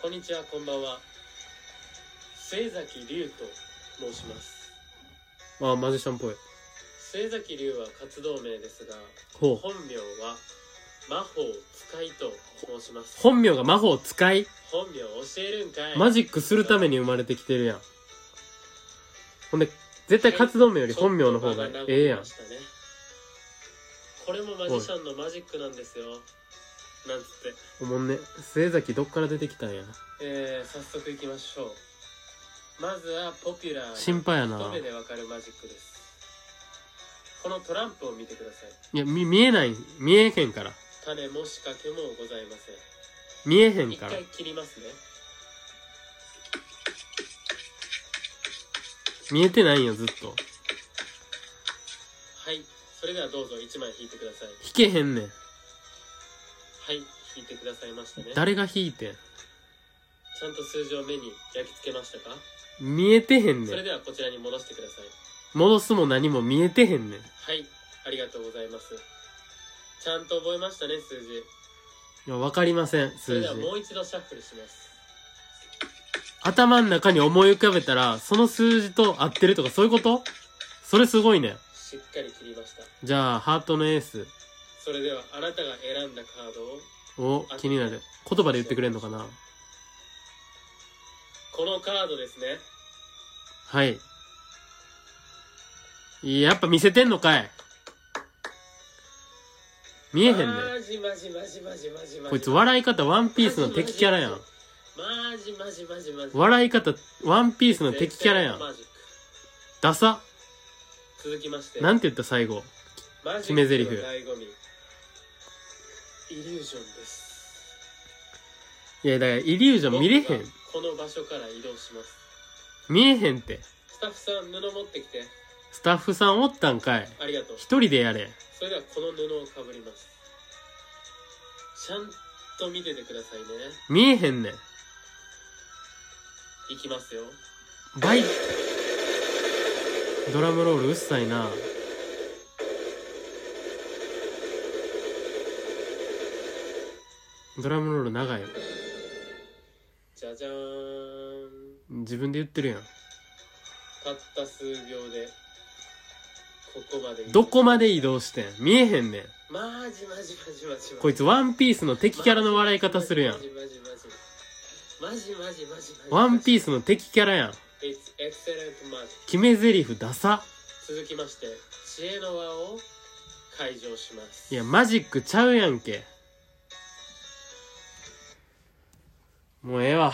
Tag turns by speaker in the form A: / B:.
A: こんにちは、こんばんは。末崎龍と申します。
B: ああ、マジシャンっぽい。
A: 末崎龍は活動名ですが、
B: ほう。
A: 本名は魔法使いと申します。
B: 本名が魔法使い
A: 本名教えるんかい。
B: マジックするために生まれてきてるやん。ほんで、絶対活動名より本名の方がええやん。
A: ちょっと間が長くなりましたねこれもマジシャンのマジックなんですよ。なんつって。
B: おもんね。末崎どっから出てきたんや。
A: えー、早速いきましょう。まずはポピュラーな
B: 心配やな
A: 一目でわかるマジックです。このトランプを見てください。
B: いや、み、見えない、見えへんから。
A: 種も仕掛けもございません。
B: 見えへん
A: 一
B: から。
A: 回切りますね。
B: 見えてないよ、ずっと。
A: はい。それではどうぞ1枚引いてください。
B: 弾けへんねん。
A: はい。引いてくださいましたね。
B: 誰が弾いてん。
A: ちゃんと数字を目に焼き付けましたか
B: 見えてへんね
A: それ
B: ん。
A: ではこちらに戻してください。
B: 戻すも何も見えてへんねん。い
A: はい。ありがとうございます。ちゃんと覚えましたね、数字。
B: や、わかりません、
A: それ
B: 数字
A: では。もう一度シャッフルします。
B: 頭の中に思い浮かべたら、その数字と合ってるとかそういうことそれすごいね。
A: しっかり切りました。
B: じゃあ、ハートのエース。
A: それではあなたが選んだカードを、
B: お、気になる。言葉で言ってくれんのかな
A: このカードですね。
B: はい。いややっぱ見せてんのかい見えへんね
A: マジマジマジマジマジマジ。
B: こいつ笑い方ワンピースの敵キャラやん。
A: マジマジマジマジ。
B: 笑い方ワンピースの敵キャラやん。
A: マジック
B: ダサ。
A: 続きまして。
B: なんて言った最後。
A: マジック
B: 決め台詞
A: の醍醐味。イリュージョンです。
B: いや、だからイリュージョン見れへん
A: 僕。はこの場所から移動します。
B: 見えへんって。
A: スタッフさん、布持ってきて。
B: スタッフさんおったんかい。
A: ありがとう。
B: 一人でやれ。
A: それではこの布をかぶりますちゃんと見ててくださいね
B: 見えへんねん。
A: いきますよ
B: バイドラムロールうっさいなドラムロール長い
A: じゃじゃーん
B: 自分で言ってるや
A: たった数秒でここまで
B: んどこまで移動してん見えへんねん
A: マジマジマジマジ
B: こいつワンピースの敵キャラの笑い方するやん
A: マジマジマジマジマジマジマジ
B: ワンピー
A: ス
B: スの敵キャラやん
A: It's excellent magic
B: 決め台詞ダサ
A: 続きまして知恵の輪を解錠します
B: いやマジックちゃうやんけもうええわ